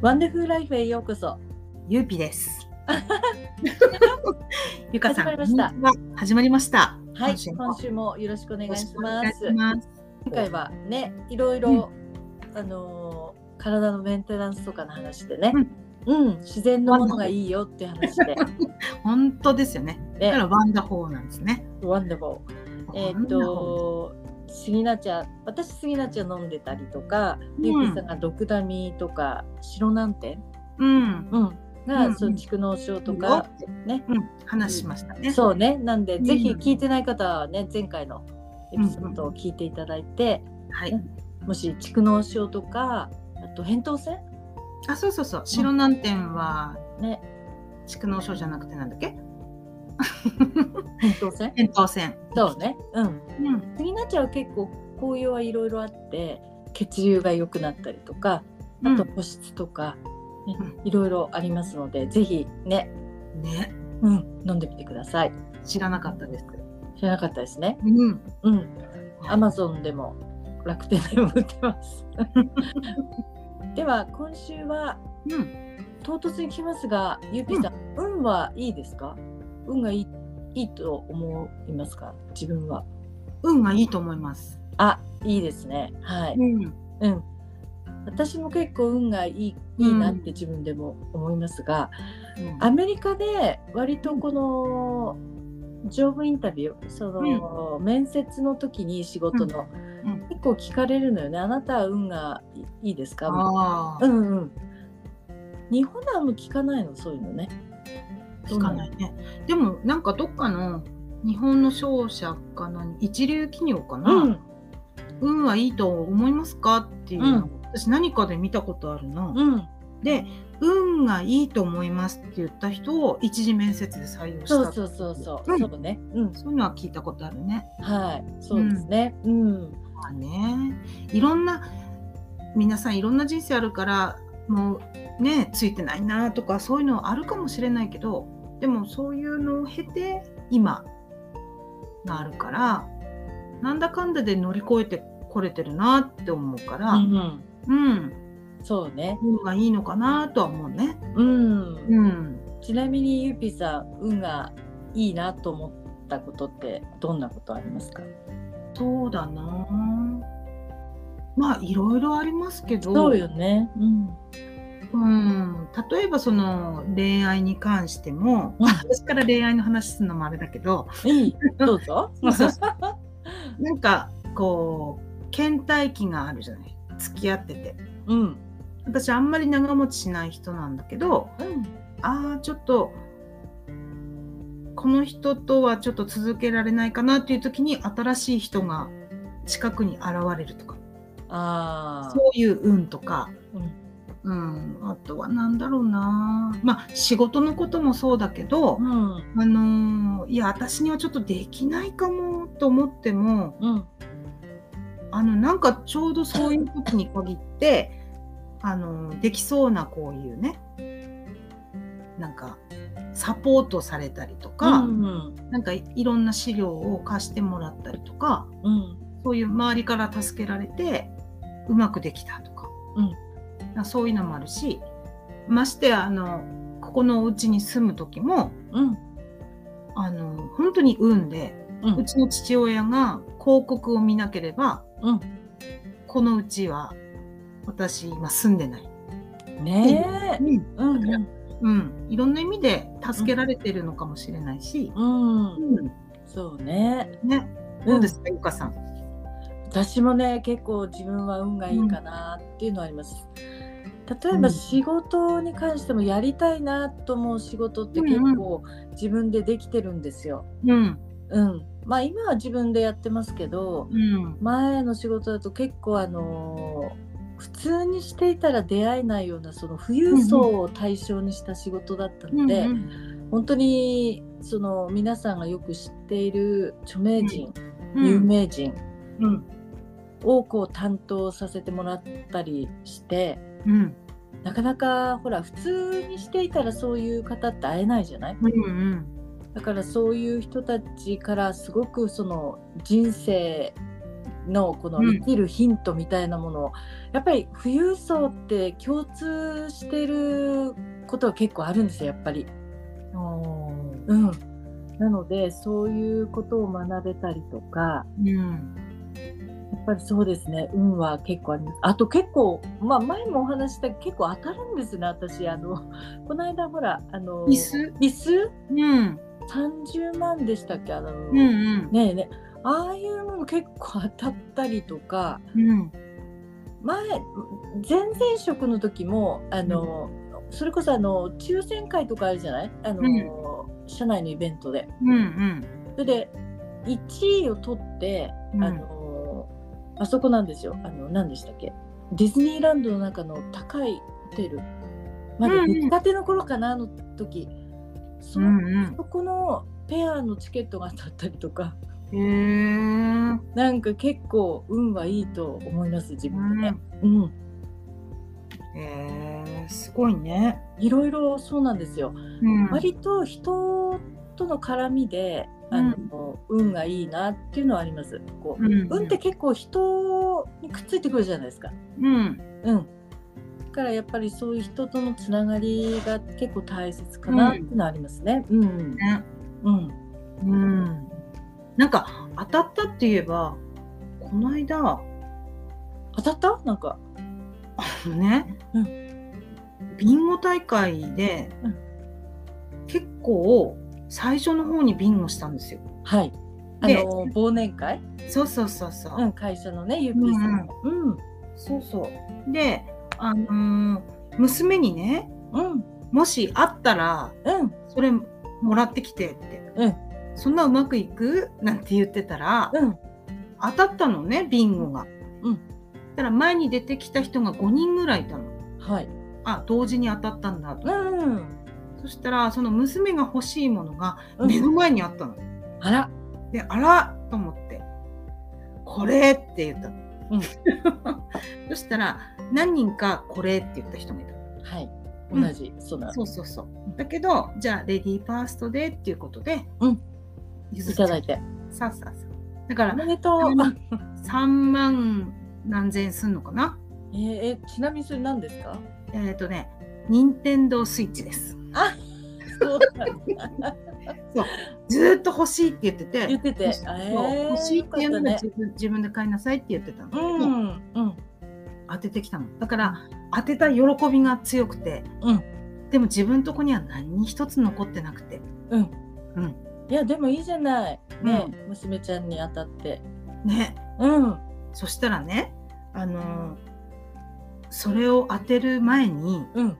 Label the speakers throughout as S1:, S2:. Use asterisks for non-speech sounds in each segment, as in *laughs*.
S1: ワンダフルライフへようこそ。
S2: ゆうぴ
S1: *laughs*
S2: です。ゆかさん、
S1: 始まりました
S2: こんにちは。始まりました。
S1: はい、
S2: 今週も
S1: 今週もよろしくお願いし
S2: よ
S1: ま
S2: ろしくお
S1: す。
S2: 願いします。
S1: 今回はね、いろいろ、あのー体のメンテナンスとかの話でね、うん、自然のものがいいよっていう話
S2: *laughs*
S1: で、
S2: 本当ですよね。だか
S1: ね、
S2: らワンダホーなんですね。
S1: ワンダボー。えーっと、杉菜茶、私杉菜茶飲んでたりとか、
S2: うん
S1: ゆうきさんがドクダミとか白南天、
S2: ワンダホ
S1: う
S2: ー、
S1: ん、が、
S2: うん
S1: そう蓄能症
S2: う
S1: と
S2: ん、
S1: か。ね
S2: ね、うん、話しましたね。
S1: そうね、なんで、
S2: うん
S1: ぜひ聞いてない方はね、前回のエピソードを聞いていただいて、
S2: はい。
S1: もし蓄膿症とか、あと扁桃腺
S2: あ、そうそうそう。白南天は
S1: ね、
S2: 蓄膿症じゃなくてなんだっけ？
S1: 扁桃 *laughs* 腺
S2: 扁桃腺。
S1: そうね、うん。
S2: うん。
S1: 次になっちゃう結構紅葉はいろいろあって、血流が良くなったりとか、あと保湿とか、ね
S2: う
S1: いろいろありますので、ぜひね、
S2: うん、ね、
S1: うん、飲んでみてください。
S2: 知らなかったです。
S1: 知らなかったですね。
S2: うん。
S1: うん、アマゾンでも楽天でも売って *laughs* ます。では、今週は
S2: うん。
S1: 唐突に来ますが、ゆうぴさん、運はいいですか？運がいいいいと思いますか？自分は。
S2: 運がいいと思います。
S1: あ、いいですね。はい。
S2: うん。
S1: うん。私も結構運がいいいいなって自分でも思いますが、アメリカで割とこのジョブインタビュー、その、面接の時に仕事の、
S2: うんうん
S1: 結構聞かれるのよね。あなたは運がいいですか？
S2: ああ
S1: う、んうん。日本ではあんま聞かないのそういうのね。
S2: 聞かないね。でもなんかどっかの日本の商社かな一流企業かな、
S1: うん
S2: 運はいいと思いますかっていうのを、私何かで見たことあるな。
S1: うん、
S2: で運がいいと思いますって言った人を一次面接で採用した
S1: そうそうそうそう、
S2: うん
S1: そうね、うん、
S2: そういうのは聞いたことあるね。
S1: はい、そうですね、うん、
S2: まあねいろんな皆さんいろんな人生あるからもうねついてないなとかそういうのあるかもしれないけどでもそういうのを経て今があるからなんだかんだで乗り越えてこれてるなって思うから、
S1: う
S2: うん
S1: ん、そうね、
S2: 運がいいのかなとは思うね。
S1: うん、
S2: うん、
S1: ちなみにゆぴさん、運がいいなと思ったことってどんなことありますか？
S2: そうだなまあいろいろありますけど
S1: そうよね、うん、
S2: うん、例えばその恋愛に関しても、
S1: うん
S2: 私から恋愛の話するのもあれだけど
S1: *laughs* いい、どうぞ、
S2: そうそうなんかこう倦怠期があるじゃない付き合ってて
S1: うん、
S2: 私あんまり長持ちしない人なんだけど
S1: うん、
S2: ああちょっとこの人とはちょっと続けられないかなっていう時に新しい人が近くに現れるとか
S1: ああ
S2: そ、ういう運とか、
S1: うん
S2: うんあとは何だろうなまあ仕事のこともそうだけど、
S1: うん、
S2: あのーいや私にはちょっとできないかもと思っても
S1: うん、
S2: あのなんかちょうどそういう時に限って、あのーできそうなこういうねなんかサポートされたりとか、
S1: うん、
S2: なんかいいろんな資料を貸してもらったりとか
S1: うん、
S2: そういう周りから助けられてうまくできたとか,、
S1: うん
S2: かそういうのもあるしましてやあのここのお家に住む時も
S1: うん、
S2: あの本当に運で。
S1: うん、う、
S2: うんちの父親が広告を見なければこのうちは私今住んでない、
S1: ねえ、
S2: うん
S1: うん、
S2: いろんな意味で助けられてるのかもしれないし、
S1: うん、うん、
S2: うん
S1: そうね、
S2: ねどうですか、ゆかさん
S1: 私もね結構自分は運がいいかなっていうのはあります、例え
S2: う
S1: ば
S2: ん
S1: 仕事に関してもやりたいなと思う仕事って結構自分でできてるんですよ、
S2: うん
S1: うん、まあ今は自分でやってますけど
S2: うん
S1: 前の仕事だと結構あのー普通にしていたら出会えないようなその富裕層を対象にした仕事だったので、
S2: うん
S1: 本当にその皆さんがよく知っている著名人、
S2: うん
S1: 有名人
S2: うん
S1: をこう担当させてもらったりして
S2: うん
S1: なかなかほら普通にしていたらそういう方って会えないじゃない
S2: うん
S1: だからそういう人たちからすごくその人生のこの生きるヒントみたいなものを、やっぱり富裕層って共通してることは結構あるんですよやっぱり。うん、なのでそういうことを学べたりとか
S2: うん
S1: やっぱりそうですね運は結構ありますあと結構、まあ、前もお話ししたけど結構当たるんですね私あの *laughs* この間ほらあの
S2: 椅子
S1: 椅子
S2: うん
S1: 30万でしたっけあの、
S2: うんうん
S1: ねえねえああいうもの結構当たったりとか
S2: うん
S1: 前前々職の時もあの、それこそあの抽選会とかあるじゃないあの、社内のイベントで。
S2: うんうん
S1: それで1位を取って、
S2: うん
S1: あのあそこなんですよあの何でしたっけディズニーランドの中の高いホテルまだ
S2: うんうん
S1: 出来たての頃かなあの時、そ
S2: うん
S1: そこのペアのチケットが当たったりとか
S2: うんへえ
S1: なんか結構運はいいと思います自分でね、うん
S2: えー、すごいね。
S1: いろいろそうなんですよ、
S2: うん
S1: 割と人との絡みであの、運がいいなっていうのはありますこう、
S2: うん
S1: 運って結構人にくっついてくるじゃないですか。
S2: うん、
S1: うん。だからやっぱりそういう人とのつながりが結構大切かなっていうのはありますね。うん。
S2: ね
S1: うん。
S2: うん、なんか当たったって言えばこの間あ
S1: 当たったなんか。
S2: のね、
S1: う
S2: ビンゴ大会で、
S1: うん
S2: 結構最初の方にビンゴしたんですよ。
S1: はい。あ
S2: で
S1: の、忘年会
S2: そうそうそうそう。
S1: うん、会社のね、ゆきさんの。うん。
S2: そうそうで、あのー娘にね
S1: うん。
S2: もしあったら
S1: うん。
S2: それもらってきてって、
S1: うん
S2: そんなうまくいくなんて言ってたら、
S1: うん。
S2: 当たったのねビンゴが。
S1: うん
S2: だから前に出てきた人が5人ぐらいいたの。
S1: はい。
S2: あ同時に当たったんだと。
S1: うん。
S2: そしたらその娘が欲しいものが
S1: うん
S2: 目の前にあったの。
S1: あら。
S2: であらと思って「これ」って言ったの。
S1: うん
S2: *laughs* そしたら何人か「これ」って言った人がいた。
S1: はい。
S2: うん
S1: 同じ。そうなの。
S2: そうそうそう。だけどじゃあレディーファーストでっていうことで、
S1: うん
S2: 譲
S1: い
S2: っちゃ
S1: た
S2: った
S1: だいて。
S2: さあさあさあ。だから
S1: おめでとう。
S2: うん3万何千円すんのかな
S1: えーえー、ちなみにそれ何ですか
S2: えっ、とね、任天堂スイッチです。
S1: そうなんだ
S2: ずーっと欲しいって言ってて、
S1: 言 *laughs* ってて。え
S2: 欲しそう欲しいって言うの
S1: ね
S2: 自。分自分で買いなさいって言ってたの、
S1: うん。うん。
S2: 当ててきたの。だから当てた喜びが強くて、
S1: うん
S2: でも自分とこには何一つ残ってなくて、
S1: うん。
S2: うん
S1: いやでもいいじゃない。ね、娘ちゃんに当たって。
S2: ね、
S1: うん。
S2: そしたらね、あのーそれを当てる前に
S1: うん。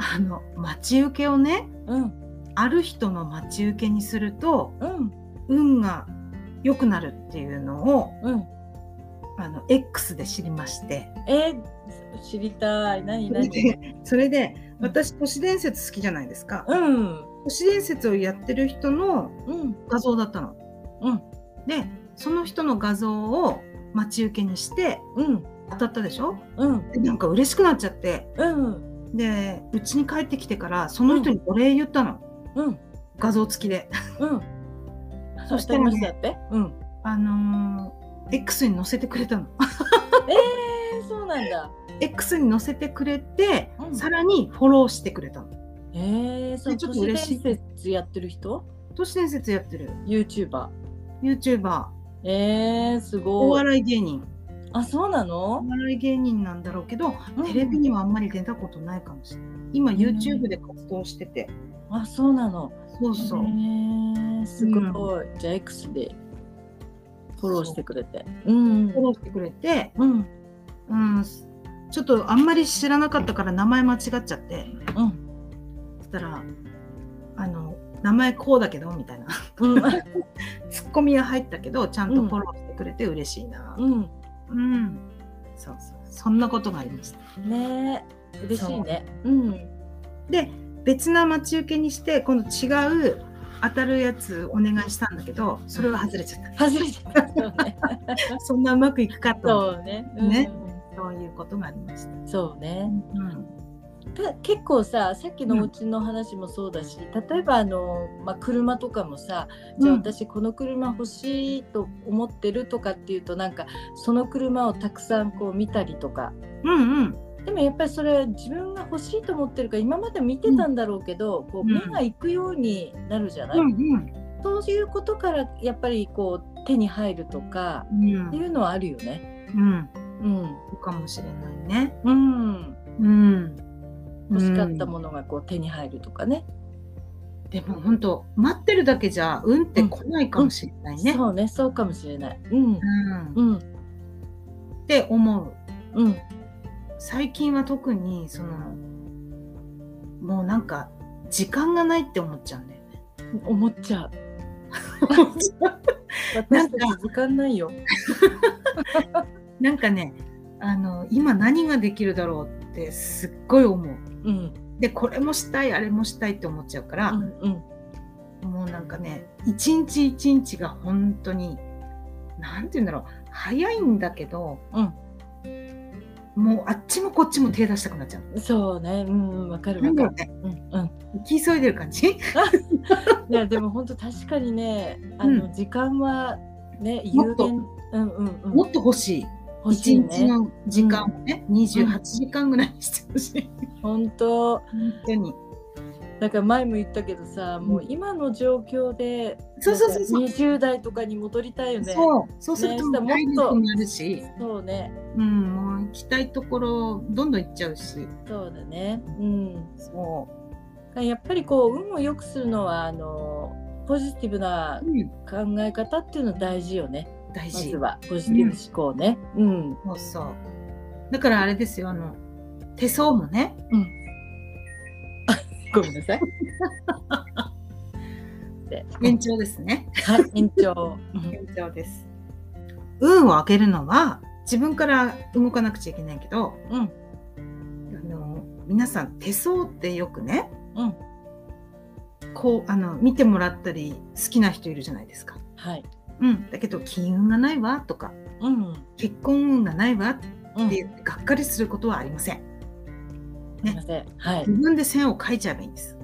S2: あの待ち受けをね
S1: うん。
S2: ある人の待ち受けにすると
S1: うん。
S2: 運が良くなるっていうのを
S1: うん。
S2: あの X で知りまして
S1: えー知りたい。何何。
S2: それで私都市伝説好きじゃないですか、
S1: うん。
S2: 都市伝説をやってる人の
S1: うん。
S2: 画像だったの。
S1: うん
S2: でその人の画像を待ち受けにして
S1: うん。
S2: 当たったでしょ
S1: うん。
S2: でなんか嬉しくなっちゃって
S1: うん。
S2: でうちに帰ってきてからその人にお礼言ったの、
S1: うん。
S2: 画像付きで *laughs*
S1: うん。
S2: そしたらね
S1: ましたって。うん。
S2: あのー X に載せてくれたの *laughs*
S1: えー、そうなんだ。
S2: X に載せてくれて、
S1: うん
S2: さらにフォローしてくれたの
S1: えー、その
S2: ちょ
S1: 都市
S2: っと
S1: 伝
S2: 嬉しい
S1: 説やってる人
S2: 都市伝説やってる
S1: ?YouTuber。
S2: YouTuber
S1: えー、す
S2: お
S1: ごい。
S2: 笑い芸人
S1: あ、そうな
S2: お
S1: の
S2: 笑い芸人なんだろうけど、
S1: うん
S2: テレビにはあんまり出たことないかもしれない今 YouTube で活動してて、
S1: あ、そうなの。
S2: そうそう、
S1: えー、すごい。じゃあ X でフォローしてくれて。うん
S2: フォローしてくれて、
S1: うん。
S2: うん、ちょっとあんまり知らなかったから名前間違っちゃって
S1: うん。
S2: そしたらあの「名前こうだけど」みたいな *laughs*
S1: うん。
S2: ツッコミが入ったけどちゃんとフォローしてくれて嬉しいな
S1: うん。
S2: うん、そうそうそんなことがありました
S1: ねえ。嬉しいね。うん。
S2: で別な待ち受けにして今度違う当たるやつお願いしたんだけどそれは外れちゃった
S1: 外れちゃったよね。
S2: そんなうまくいくかと思っ
S1: そうね。
S2: ねそういうことがありました。
S1: うん。そうね。
S2: うん、
S1: た結構ささっきのお家の話もそうだし、例えばあの、まあ、車とかもさじゃあ
S2: うん
S1: 私この車欲しいと思ってるとかっていうとなんかその車をたくさんこう見たりとか
S2: うんうん
S1: でもやっぱりそれは自分が欲しいと思ってるから今まで見てたんだろうけど、こう
S2: うん
S1: 目が行くようになるじゃない、
S2: うん
S1: そういうことからやっぱりこう手に入るとか
S2: うん
S1: っていうのはあるよね。
S2: うん
S1: うん、
S2: そうかもしれないね
S1: うん、
S2: うん
S1: 欲しかったも
S2: ん
S1: のがこう手に入るとかね。
S2: でも本当待ってるだけじゃ運って来ないかもしれないね、
S1: そうね、そうかもしれない。うん、
S2: うんっ
S1: うん、
S2: て思う
S1: うん、
S2: 最近は特にそのもうなんか時間がないって思っちゃうんだよね。
S1: 思っちゃう。 *laughs* 私たち
S2: なんか
S1: 時間ないよ。
S2: なんかねあの今何ができるだろうってすっごい思う。
S1: うん、
S2: でこれもしたいあれもしたいって思っちゃうから
S1: う、ん、うん、
S2: もうなんかね一日一日が本当に何て言うんだろう早いんだけど、もうあっちもこっちも手出したくなっちゃう。
S1: そうね、うん、うんわかる
S2: な
S1: わ
S2: ん
S1: か
S2: だろう
S1: る。
S2: ね
S1: うん、うん。
S2: 行き急いでる感じ
S1: いやでも本当確かにねあの、
S2: うん
S1: 時間はね
S2: も
S1: 有
S2: っと
S1: 限うんうんうん
S2: もっと欲しい。
S1: 欲しい
S2: 一日
S1: ね
S2: の時間をね、28時間ぐらいにしてほしい。
S1: 本当
S2: 本当に。
S1: なんか前も言ったけどさもう今の状況で
S2: そうそうそうそう。
S1: なんか20代とかに戻りたいよね
S2: そう、そうするともう体
S1: ね
S2: 力になるし、
S1: そうね
S2: うん、もう行きたいところどんどん行っちゃうし、
S1: そうだねうん
S2: そ
S1: やっぱりこう運を良くするのはあのポジティブな
S2: うん、
S1: 考え方っていうの大事よね
S2: 大
S1: ま
S2: 事
S1: ず。はポジティブ思考ねうん
S2: そうそう。だからあれですよ、あの手相もね、
S1: ごめんな
S2: *laughs*
S1: さいで
S2: 延長ですね。
S1: はい延長うん
S2: 延長です。運を上げるのは自分から動かなくちゃいけないけど、
S1: うん
S2: あの皆さん手相ってよくね、
S1: うん
S2: こうあの見てもらったり好きな人いるじゃないですか。
S1: はい
S2: うん、だけど金運がないわとか
S1: うん
S2: 結婚運がないわって
S1: うん
S2: 言ってがっかりすることはありません。
S1: すいません。はい。
S2: 自分で線を書いちゃえばいいんです。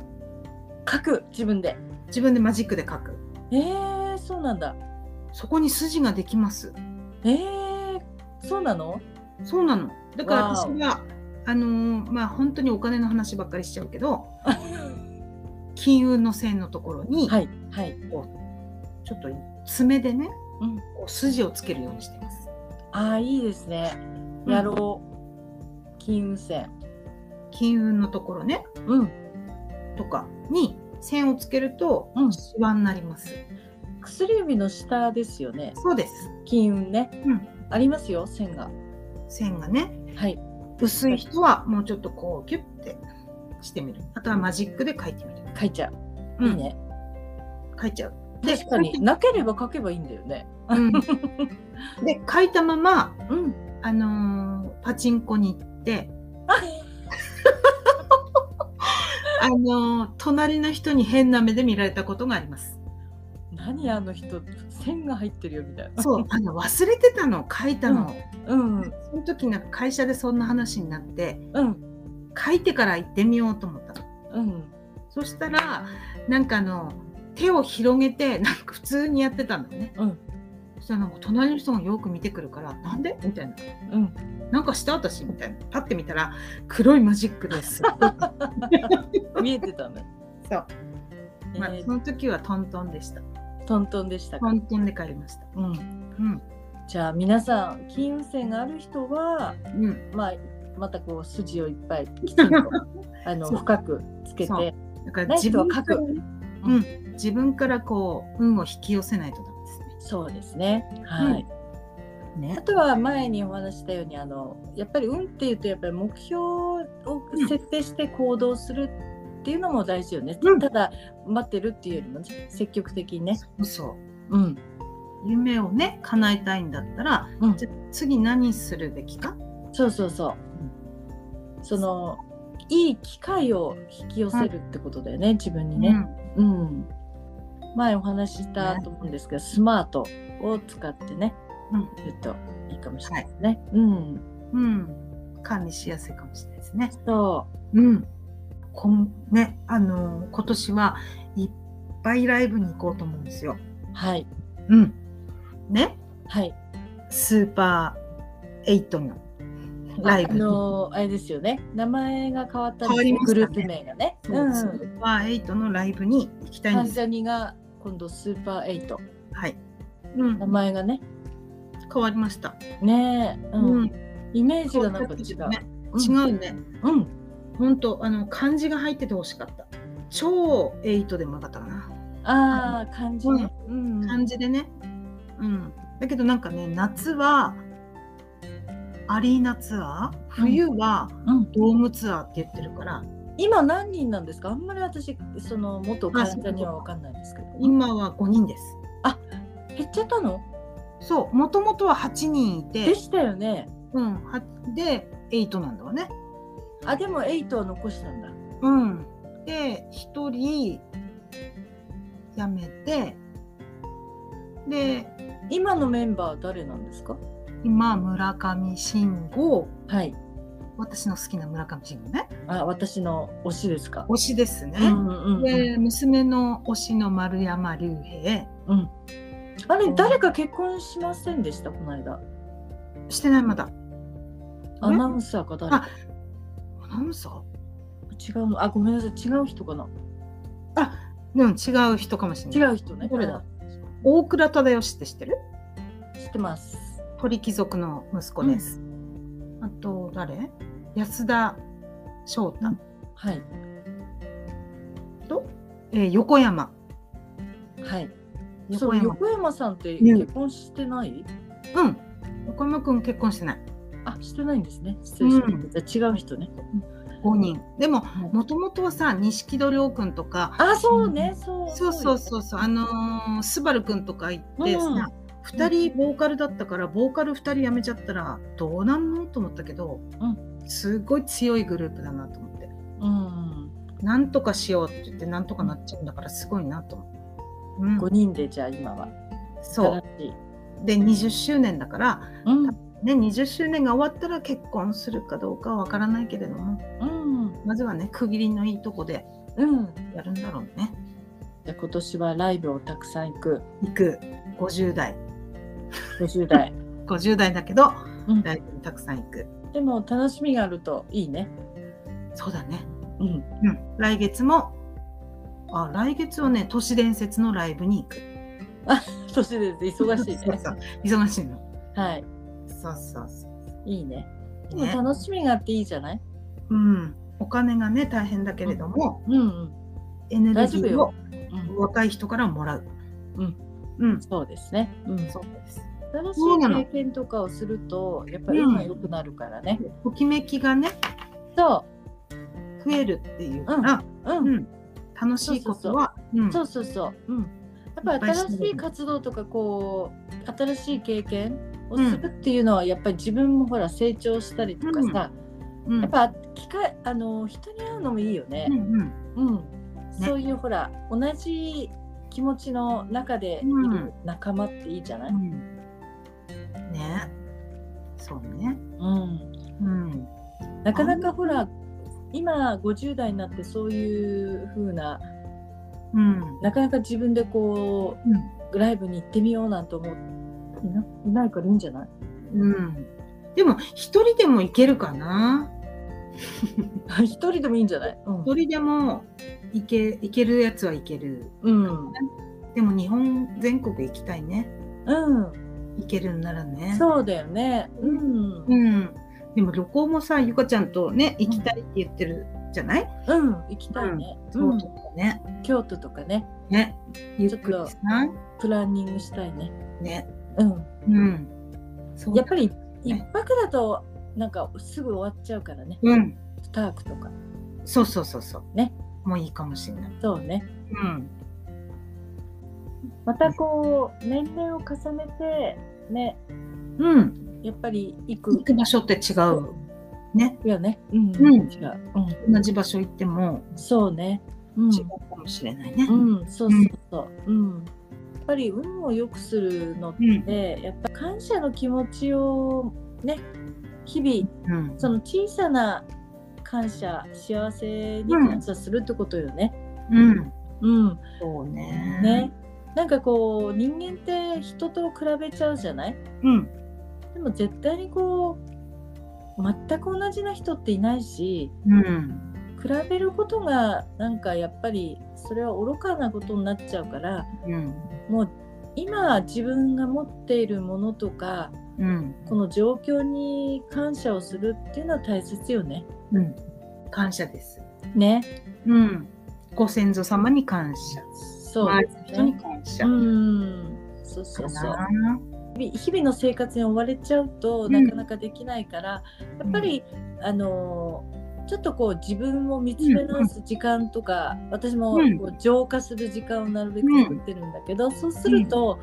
S1: 書く自分で。
S2: 自分でマジックで書く。
S1: えー、そうなんだ。
S2: そこに筋ができます。
S1: えー、そうなの？
S2: そうなの。だから
S1: わ
S2: 私
S1: お
S2: はあのーまあ本当にお金の話ばっかりしちゃう
S1: *laughs*
S2: けど、金運の線のところに
S1: はいはい。
S2: ちょっと爪でね、
S1: うん
S2: こう筋をつけるようにしてます。
S1: ああいいですね。やろう。金運線。
S2: 金運のところね
S1: うん。
S2: とかに線をつけると
S1: うん
S2: シワになります。
S1: 薬指の下ですよね。
S2: そうです。
S1: 金運ね。
S2: うん。
S1: ありますよ線が。
S2: 線がね
S1: はい。
S2: 薄い人はもうちょっとこうキュッてしてみるあとはマジックで書いてみる、
S1: 書いちゃう。
S2: うん
S1: いいね。
S2: 書いちゃうで
S1: 確かになければ書けばいいんだよね。 *laughs*
S2: うんで書いたまま、
S1: うん。
S2: あのーパチンコに行って
S1: あ
S2: あのー隣の人に変な目で見られたことがあります
S1: *laughs* 何あの人線が入ってるよみたいな。 *laughs*
S2: そうあの忘れてたの書いたの、
S1: うんうん
S2: その時なんか会社でそんな話になって
S1: うん
S2: 書いてから行ってみようと思った
S1: う
S2: の
S1: ん。
S2: そしたらなんかあの手を広げてなんか普通にやってたんだよね。
S1: うん
S2: そしたらなんか隣の人がよく見てくるから「なんで?」みたいな
S1: うん、
S2: 「なんかした私」みたいなパッて見たら黒いマジッ
S1: *laughs*
S2: クです。そう、
S1: 見えてたね。え
S2: まあ、
S1: ー
S2: その時はトントンでした。
S1: トントンでした
S2: ト
S1: か。
S2: ントンで帰りました。
S1: うん。
S2: うん
S1: じゃあ皆さん金運線がある人は、
S2: うん、
S1: まあ、またこう筋をいっぱいきち
S2: *laughs*
S1: んとあの
S2: そう
S1: 深くつけ
S2: そう
S1: て
S2: だから
S1: ない
S2: 自
S1: 人は
S2: 分
S1: 書く
S2: から、うん、自分からこう運を引き寄せないとダメです
S1: そうですねはい、
S2: ね。
S1: あ
S2: ね
S1: とは前にお話ししたようにあのやっぱり運っていうとやっぱり目標を
S2: うん
S1: 設定して行動するっていうのも大事よね、
S2: うん
S1: ただ待ってるっていうよりも、ね、積極的にね
S2: そうそう
S1: うん
S2: 夢をね叶えたいんだったら、
S1: うん
S2: じゃあ次何するべきか
S1: そうそうそう、そのいい機会を引き寄せるってことだよね、自分にね、
S2: うん
S1: うん、前お話ししたと思うんですけど、スマートを使ってね、
S2: うん
S1: するといいかもしれないですね。うん、
S2: うん、管理しやすいかもしれないですね。
S1: そ
S2: うんこんね、あの今年はいっぱいライブに行こうと思うんですよ。
S1: はい
S2: うん、ね
S1: はい
S2: スーパーエイトのライブ
S1: あのあれですよね名前が変わったん
S2: 変わり
S1: で
S2: ますし
S1: ね
S2: た
S1: グルー
S2: ね
S1: プ名がね。
S2: そうス
S1: ん
S2: ーパーエイトのライブに行きたいん
S1: 関
S2: ですよ。
S1: ジャニが今度スーパーエイト
S2: はい。うん
S1: 名、前がね
S2: 変わりました。
S1: ねえ、う
S2: うんん、
S1: イメージがなんか違う、
S2: ね、違うね。
S1: うん
S2: 本当あの漢字が入ってて欲しかった。超エイトでもなかったかな。
S1: ああ感じね、うん
S2: 漢字でね。うん。だけどなんかね夏はアリーナツアー、冬は
S1: うん
S2: ドームツアーって言ってるから、
S1: 今何人なんですかあんまり私その元患者には分かんないですけど
S2: 今は5人です。
S1: 減っちゃったの
S2: そう、もともとは8人いて
S1: で、したよね
S2: うん、はでエイトなんだわね。
S1: あでも8は残したんだ
S2: うん、で1人辞めてで
S1: 今のメンバーは誰なんですか
S2: 今村上信五
S1: はい
S2: 私の好きな村上信五ね
S1: あ私の推しですか
S2: 推しですね。
S1: うんうんうん
S2: で娘の推しの丸山隆平
S1: うんあれ誰か結婚しませんでしたこの間
S2: してないまだ
S1: アナウンサーか誰か
S2: あアナウンサー
S1: 違うのあごめんなさい違う人かな
S2: うん違う人かもしれ
S1: 違
S2: ない。
S1: う人ね
S2: どれだ大倉忠義って知ってる
S1: うん知ってます
S2: 鳥貴族の息子です。あと誰安田翔太、
S1: はい
S2: えー横山
S1: はいそ
S2: 横
S1: う
S2: 山
S1: 横山さんって
S2: うん
S1: 結婚してない、
S2: うん横山くん結婚してない
S1: あしてないんですね失礼しました、じゃあ違う人ね、
S2: 5人でも
S1: はい
S2: もともとはさ錦戸亮君とか
S1: あそうね、そう
S2: そうそうそうそうあのー、スバル君とか行って
S1: うん
S2: さ、二2人ボーカルだったからボーカル2人辞めちゃったらどうなんのと思ったけど、
S1: う
S2: すごい強いグループだなと思って
S1: うん
S2: なんとかしようって言ってなんとかなっちゃうんだからすごいなと思って、う
S1: 5
S2: ん、
S1: 人でじゃあ今は
S2: そう
S1: 新しい
S2: で20周年だから、
S1: うん
S2: ね、20周年が終わったら結婚するかどうかはわからないけれども
S1: うん
S2: まずはね区切りのいいとこで
S1: うん
S2: やるんだろうね。
S1: じゃあ今年はライブをたくさん行く
S2: 行く50代
S1: 50代、
S2: 50代だけど
S1: うん、
S2: ライブにたくさん行く
S1: でも楽しみがあるといいね
S2: そうだね
S1: うん
S2: うん来月もあ来月はね都市伝説のライブに行く
S1: 年で忙しい
S2: そう
S1: ね
S2: そう忙しいの
S1: はい
S2: そうそうそ
S1: いいねで
S2: う
S1: も
S2: ね
S1: 楽しみがあっていいじゃない、
S2: うんお金がね大変だけれども、
S1: うんうん
S2: エネル
S1: 大丈
S2: ギ
S1: 夫
S2: ーを
S1: よ、うん、
S2: 若い人からもらう
S1: うん
S2: うん
S1: そうですね、うん、
S2: そうです
S1: 新し
S2: そうないの
S1: 経験とかをするとやっぱり運が良くなるからね、
S2: ときめきがね
S1: そ
S2: 増えるっていうから、
S1: うう
S2: うん
S1: ん、
S2: 楽しいことはうん
S1: そうそうそう、うん、やっぱり新しい活動とかこう新しい経験をするっていうのはやっぱり自分もほら成長したりとかさ、
S2: うん
S1: やっぱ機会あの人に会うのもいいよね
S2: う、んうん
S1: うんそういうほら同じ気持ちの中でいる仲間っていいじゃない、
S2: う
S1: うん
S2: んねそうねうん
S1: なかなかほら今50代になってそういう風な
S2: うん
S1: なかなか自分でこ
S2: うん
S1: うライブに行ってみようなんて思ういないないからいいんじゃない
S2: うんでも一人でも行けるかな
S1: *laughs* 一人でもいいんじゃない、うん
S2: 一人でも行け行けるやつは行ける
S1: うん、
S2: でも日本全国行きたいね
S1: うん、
S2: 行けるんならねう、
S1: そうだよね。うん、うん、
S2: ん、でも旅行もさゆかちゃんとね行きたいって言ってるじゃない、
S1: 行きたいね。
S2: そう
S1: うん
S2: とかね
S1: 京都とかね、
S2: ねゆっくりさ
S1: プランニングしたいね。
S2: ね
S1: うん、
S2: うんそう
S1: やっぱり一泊だと、なんかすぐ終わっちゃうからね。
S2: うん
S1: スタークとか。
S2: そうそうそうそう
S1: ね
S2: もういいかもしれない
S1: そうね。
S2: うん
S1: またこう、年齢を重ねて、ね、
S2: うん、
S1: やっぱり行
S2: 行
S1: く。
S2: く場所って違うね
S1: よね。うん、
S2: うん
S1: 違う。うん、
S2: 同じ場所行っても
S1: そうね。うん。
S2: 違うかもしれないね、
S1: うん、そうそうそう。うん。やっぱり運を良くするのって
S2: うん
S1: でやっぱ感謝の気持ちをね日々
S2: うん
S1: その小さな感謝幸せに感謝するってことよね。
S2: うん、
S1: うん、
S2: そうね。
S1: ね。なんかこう人間って人と比べちゃうじゃない
S2: うん、
S1: でも絶対にこう全く同じな人っていないし
S2: うん、
S1: 比べることがなんかやっぱりそれは愚かなことになっちゃうから
S2: うん、
S1: もう今自分が持っているものとか
S2: うん、
S1: この状況に感謝をするっていうのは大切よね。
S2: うん。感謝です。
S1: ね。
S2: うん。ご先祖様に感謝。
S1: そう
S2: 周
S1: で
S2: りの
S1: す
S2: 人に
S1: ね。
S2: 感謝
S1: う。ん。そうそうそう。
S2: かな
S1: 日々日々の生活に追われちゃうと
S2: うん
S1: なかなかできないから、やっぱり、あのーちょっとこう自分を見つめ直す時間とか、私も
S2: うん
S1: こう浄化する時間をなるべく
S2: うん
S1: 作ってるんだけど、そうすると、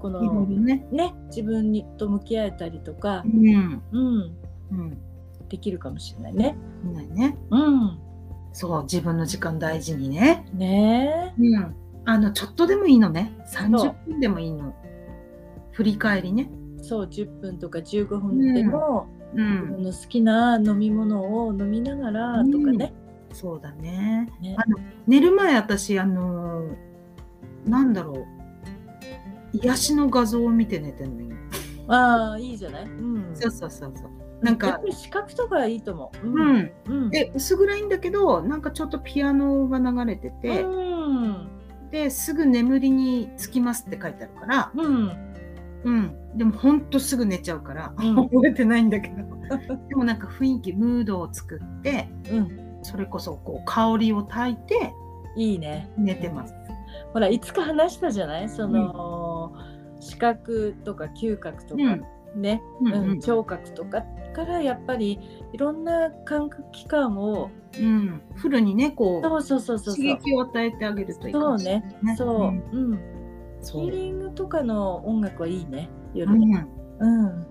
S1: こ
S2: いろ
S1: の
S2: いろね。
S1: ね自分にと向き合えたりとか
S2: う、ん、
S1: うん、
S2: うん。
S1: できるかもしれないね。
S2: みんなにね。
S1: うん、
S2: そう、自分の時間大事にね。
S1: ねえ
S2: うん。あの、ちょっとでもいいのね。
S1: そう
S2: 30分でもいいの。振り返りね。
S1: そう10分とか15分でも、
S2: う
S1: 自
S2: ん。
S1: 分の好きな飲み物を飲みながらとかね。
S2: そうだね。
S1: ね
S2: あの寝る前私あのーなんだろう癒しの画像を見て寝てるの今、
S1: ああいいじゃない、うん、
S2: そうそうそうそうな
S1: や
S2: ん
S1: っ
S2: か
S1: ぱり視覚とかいいと思う。
S2: う。ん
S1: うん。
S2: で薄暗いんだけどなんかちょっとピアノが流れてて、
S1: うん。
S2: ですぐ眠りにつきますって書いてあるから
S1: うん。
S2: うんでもほんとすぐ寝ちゃうから、
S1: うん
S2: *laughs* 覚えてないんだけどでもなんか雰囲気ムードを作って
S1: うん。
S2: それこそこう香りを焚いて
S1: いいね。
S2: 寝てます、
S1: ほら、いつか話したじゃないその、視覚とか嗅覚とか、ね、
S2: う
S1: うん
S2: ん
S1: 聴覚とかからやっぱりいろんな感覚器官を、
S2: うん、フルにねこう
S1: そうそうそうそうそう
S2: 刺。激を与えてあげるといいか
S1: そう
S2: もしれ
S1: ね。
S2: ない
S1: そう。う
S2: ん
S1: ん。ヒ
S2: そう
S1: ーリングとかの音楽はいいね。夜
S2: う
S1: ね。
S2: ん
S1: うん。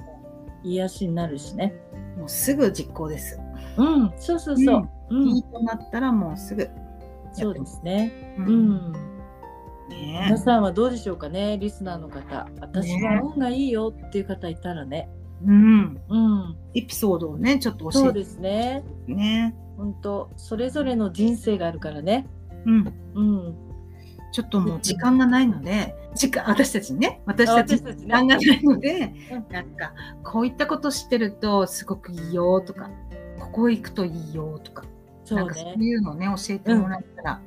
S1: 癒しになるしね。
S2: もうすぐ実行です、
S1: うん。そうそうそう。うん。
S2: いいとなったらもうすぐやってます
S1: そうですね。
S2: う
S1: うん
S2: ね
S1: 皆さんはどうでしょうかねリスナーの方私は運がいいよっていう方いたらね
S2: うん
S1: うん
S2: エピソードをねちょっと
S1: そ
S2: 教え
S1: う
S2: て
S1: ですね
S2: ね
S1: 本当それぞれの人生があるからね
S2: うん
S1: うん
S2: ちょっともう時間がないので時間私たちにね私た
S1: あ
S2: ちに
S1: たち
S2: 時間がないので、
S1: うん
S2: なんかこういったこと知ってるとすごくいいよとかここ行くといいよとか、
S1: そ
S2: なん
S1: う
S2: かそう
S1: ね
S2: いうのね教えてもらったら、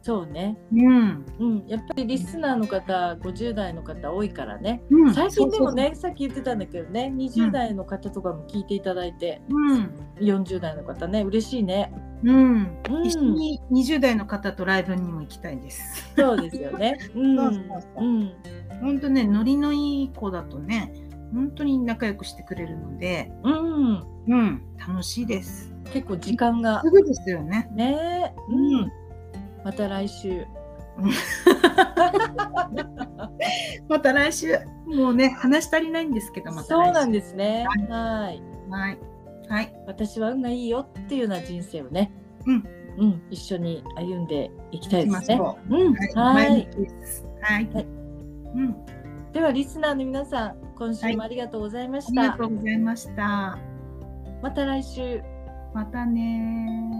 S1: そうね
S2: うん
S1: うんやっぱりリスナーの方50代の方多いからね
S2: うん
S1: 最近でも
S2: そうそう
S1: ねさっき言ってたんだけどね20代の方とかも聞いていただいて
S2: そううん
S1: 40代の方ね嬉しいね
S2: うん、
S1: うん
S2: 一緒に20代の方とライブにも行きたいです。
S1: そうですよ
S2: *laughs*
S1: ねうん
S2: そうそうそう
S1: うん
S2: 本当ね、ノリのいい子だとね、本当に仲良くしてくれるので、
S1: うん
S2: うん、楽しいです。
S1: 結構時間が
S2: すぐですよね。
S1: ねえ、
S2: うん
S1: うん、また来週。
S2: また来週、もうね、話し足りないんですけど、また
S1: そう
S2: 来週。
S1: なんですね。はい、
S2: はい。はい。
S1: 私は運がいいよっていうような人生をね。
S2: うん、
S1: うん、一緒に歩んでいきた
S2: 行
S1: い
S2: き
S1: で
S2: ますし
S1: ね。
S2: ょ
S1: うん、
S2: う。
S1: はい、
S2: 毎日ですはい。
S1: はい
S2: うん、
S1: ではリスナーの皆さん、今週もありがとうございま
S2: あ
S1: し
S2: り
S1: た。
S2: がとうございました。
S1: また来週。
S2: またねー